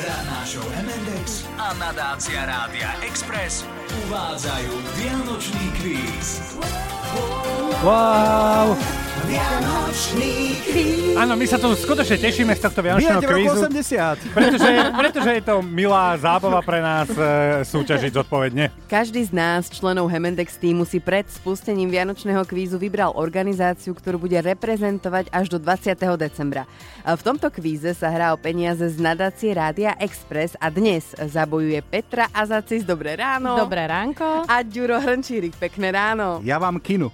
Ránášov MNDX a nadácia Rádia Express uvádzajú Vianočný kvíz. Wow! Vianočný kvíz. Áno, my sa tu skutočne tešíme z tohto vianočného Vyjadte rok kvízu, 80. pretože, pretože je to milá zábava pre nás e, súťažiť zodpovedne. Každý z nás, členov Hemendex týmu, si pred spustením Vianočného kvízu vybral organizáciu, ktorú bude reprezentovať až do 20. decembra. A V tomto kvíze sa hrá o peniaze z nadácie Rádia Express a dnes zabojuje Petra Azacis. Dobré No. ráno. Dobré ránko. A Ďuro Hrnčírik, pekné ráno. Ja vám kinu.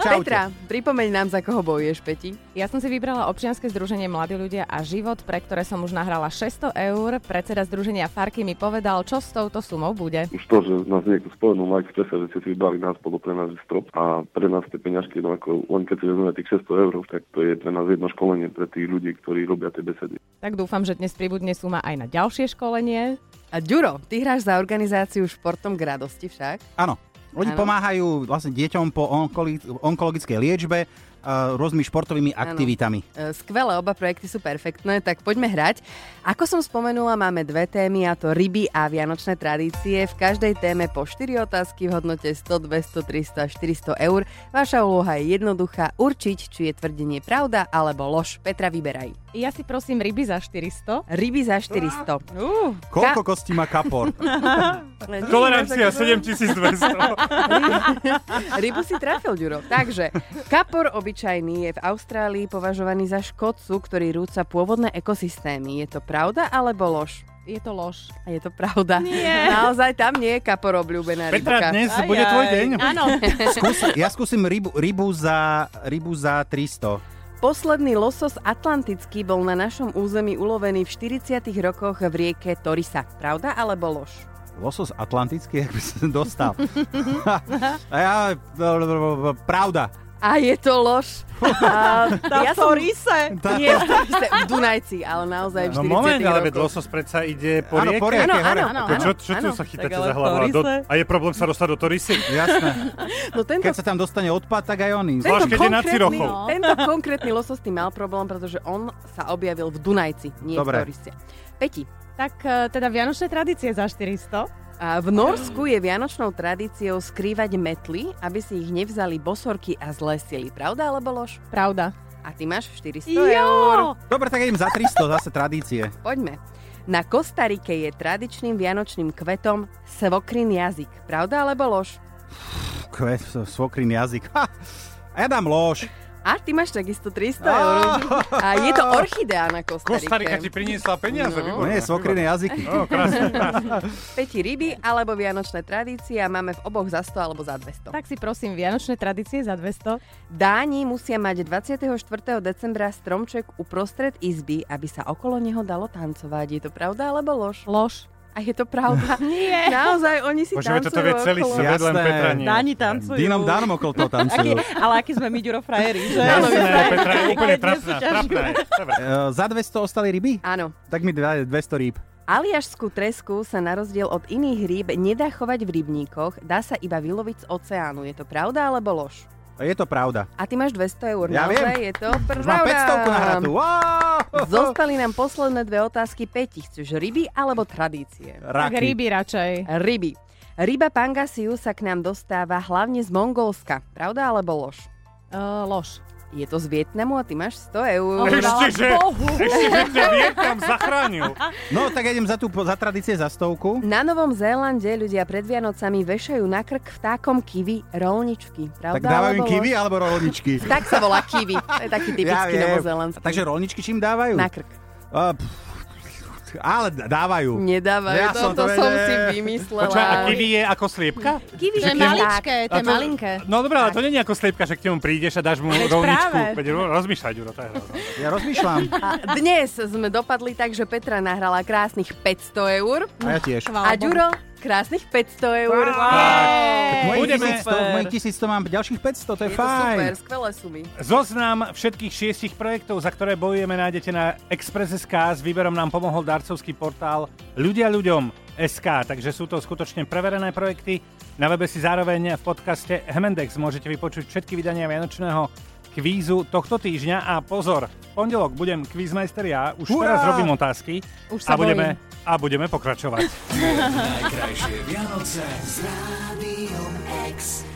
Čaute. Petra, pripomeň nám, za koho bojuješ, Peti. Ja som si vybrala občianske združenie Mladí ľudia a život, pre ktoré som už nahrala 600 eur. Predseda združenia Farky mi povedal, čo s touto sumou bude. už to, že nás niekto spomenul Mike v čase, že ste si vybrali nás, bolo pre nás strop a pre nás tie peňažky, no ako len keď si vezmeme tých 600 eur, tak to je pre nás jedno školenie pre tých ľudí, ktorí robia tie besedy. Tak dúfam, že dnes pribudne suma aj na ďalšie školenie. A Ďuro, ty hráš za organizáciu Športom k radosti však. Áno. Oni Áno. pomáhajú vlastne deťom po onkoli- onkologickej liečbe a rôznymi športovými aktivitami. E, Skvelé, oba projekty sú perfektné, tak poďme hrať. Ako som spomenula, máme dve témy, a to ryby a vianočné tradície. V každej téme po 4 otázky v hodnote 100, 200, 300 a 400 eur. Vaša úloha je jednoduchá, určiť, či je tvrdenie pravda alebo lož. Petra, vyberaj. Ja si prosím ryby za 400. Ryby za 400. Uh, Koľko kostí má kapor? Tolerancia 7200. Rybu si trafil, Ďuro. Takže, kapor obyčajný je v Austrálii považovaný za škodcu, ktorý rúca pôvodné ekosystémy. Je to pravda alebo lož? je to lož. A je to pravda. Nie. Naozaj tam nie je kapor obľúbená rybka. Petra, dnes bude tvoj deň. Áno. Skús, ja skúsim rybu, rybu, za, rybu za 300. Posledný losos atlantický bol na našom území ulovený v 40 rokoch v rieke Torisa. Pravda alebo lož? Losos atlantický, ak by som dostal. a ja, pravda. A je to lož. A, ja som... Torise. Nie, v Torise, v Dunajci, ale naozaj v No 40 moment, ale veď rokoch. losos predsa ide po Áno, po rieke. rieke. Áno, hore. áno, áno. Ako Čo, čo tu áno. sa chytáte Tak ale za hlavu? A, do, Torise? a je problém sa dostať do Torisy? Jasné. No tento Keď sa tam dostane odpad, tak aj oni. Zvlášť, keď je na konkrétny- Cirochov. no. Tento konkrétny losos s tým mal problém, pretože on sa objavil v Dunajci, nie v Dobre. Torise. Peti, tak eh, teda vianočné tradície za 400. A v Norsku je vianočnou tradíciou skrývať metly, aby si ich nevzali bosorky a zlesili. Pravda alebo lož? Pravda. A ty máš 400 eur. Jo! Dobre, tak idem za 300, zase tradície. Poďme. Na Kostarike je tradičným vianočným kvetom svokrin jazyk. Pravda alebo lož? Kve, svokrin jazyk. Ha, a ja dám lož. A ty máš takisto 300 eur. A je to orchidea na Kostarike. Kostarika ti priniesla peniaze, No. výborné. Nie, svokrine jazyky. No, krásne. Peti ryby alebo vianočné tradície a máme v oboch za 100 alebo za 200. Tak si prosím vianočné tradície za 200. Dáni musia mať 24. decembra stromček uprostred izby, aby sa okolo neho dalo tancovať. Je to pravda alebo lož? Lož. A je to pravda. Nie. Naozaj, oni si Bože, veď tancujú toto vie celý okolo. svet, len Jasné. Petra nie. Dáni tancujú. Dínom dánom okolo toho Aký, tancujú. ale aký sme my, Ďuro, frajeri, že? Jasné, Petra je Aké úplne dnes trapná, súťažujú. trapná je. Dobre. E, za 200 ostali ryby? Áno. Tak mi dá 200 rýb. Aliašskú tresku sa na rozdiel od iných rýb nedá chovať v rybníkoch, dá sa iba vyloviť z oceánu. Je to pravda alebo lož? Je to pravda. A ty máš 200 eur. Ja Naozaj je viem. to Už pravda. mám 500 na hratu. Wow! Zostali nám posledné dve otázky. Peti, chceš ryby alebo tradície? Tak Raky. ryby radšej. Ryby. Ryba pangasiu sa k nám dostáva hlavne z Mongolska. Pravda alebo lož? Uh, lož. Je to z Vietnamu a ty máš 100 eur. Ešte, že, Bohu. ešte, že ťa Vietnam zachránil. No, tak idem za, tú, za tradície za stovku. Na Novom Zélande ľudia pred Vianocami vešajú na krk vtákom kiwi rolničky. Pravda Tak dávajú im alebo kiwi lož? alebo rolničky? Tak sa volá kiwi. To je taký typický viem. novozélandský. Takže rolničky čím dávajú? Na krk. A, pff, ale d- dávajú. Nedávajú, Ja to, som to to som vedel. si vymyslela. Počúva, a kiwi je ako sliepka? Kiwi Že je kiwi- maličké, to je malinké. No dobré, ale to není ako sliepka, že k nemu prídeš a dáš mu rovničku. práve. Veď ro- rozmýšľaj, Ďuro, to je hrozné. Ja rozmýšľam. A dnes sme dopadli tak, že Petra nahrala krásnych 500 eur A ja tiež. a Ďuro krásnych 500 eur. Mojich Budeme- 1100, mojich 1100 mám ďalších 500, to je, Je to fajn. super, skvelé sumy. Zoznam všetkých šiestich projektov, za ktoré bojujeme, nájdete na Express.sk. S výberom nám pomohol darcovský portál Ľudia ľuďom SK, takže sú to skutočne preverené projekty. Na webe si zároveň v podcaste Hemendex môžete vypočuť všetky vydania Vianočného kvízu tohto týždňa a pozor, v pondelok budem kvízmajster ja, už Hurá! teraz robím otázky Už a sa budeme, a budeme pokračovať. Najkrajšie Vianoce s Rádiom Express.